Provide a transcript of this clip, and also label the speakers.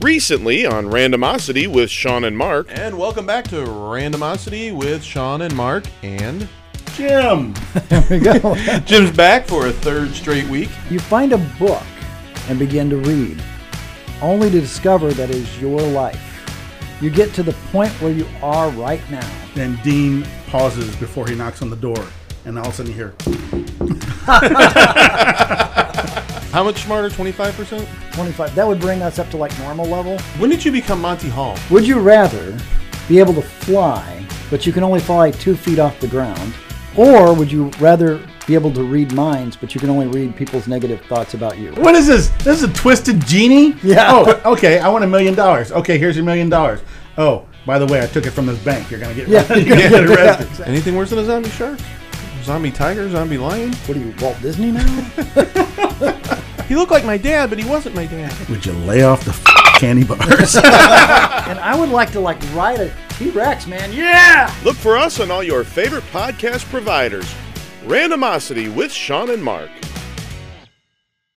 Speaker 1: recently on Randomosity with Sean and Mark.
Speaker 2: And welcome back to Randomosity with Sean and Mark and
Speaker 3: Jim.
Speaker 4: There we go.
Speaker 2: Jim's back for a third straight week.
Speaker 4: you find a book and begin to read, only to discover that is your life. You get to the point where you are right now.
Speaker 3: Then Dean pauses before he knocks on the door, and all of a sudden you hear,
Speaker 2: How much smarter? Twenty five percent.
Speaker 4: 25. That would bring us up to like normal level.
Speaker 2: When did you become Monty Hall?
Speaker 4: Would you rather be able to fly, but you can only fly two feet off the ground? Or would you rather be able to read minds, but you can only read people's negative thoughts about you?
Speaker 3: "What is this? This is a twisted genie."
Speaker 4: Yeah.
Speaker 3: Oh, okay. I want a million dollars. Okay, here's your million dollars. Oh, by the way, I took it from this bank. You're gonna get
Speaker 4: Yeah,
Speaker 3: arrested.
Speaker 4: you're
Speaker 3: You're
Speaker 4: gonna
Speaker 3: gonna
Speaker 4: get-
Speaker 3: get arrested.
Speaker 2: Anything worse than a zombie shark? Zombie tiger? Zombie lion?
Speaker 4: What are you, Walt Disney now?
Speaker 2: He looked like my dad, but he wasn't my dad.
Speaker 3: Would you lay off the f- candy bars?
Speaker 4: and I would like to like ride a T Rex, man. Yeah!
Speaker 1: Look for us on all your favorite podcast providers. Randomosity with Sean and Mark.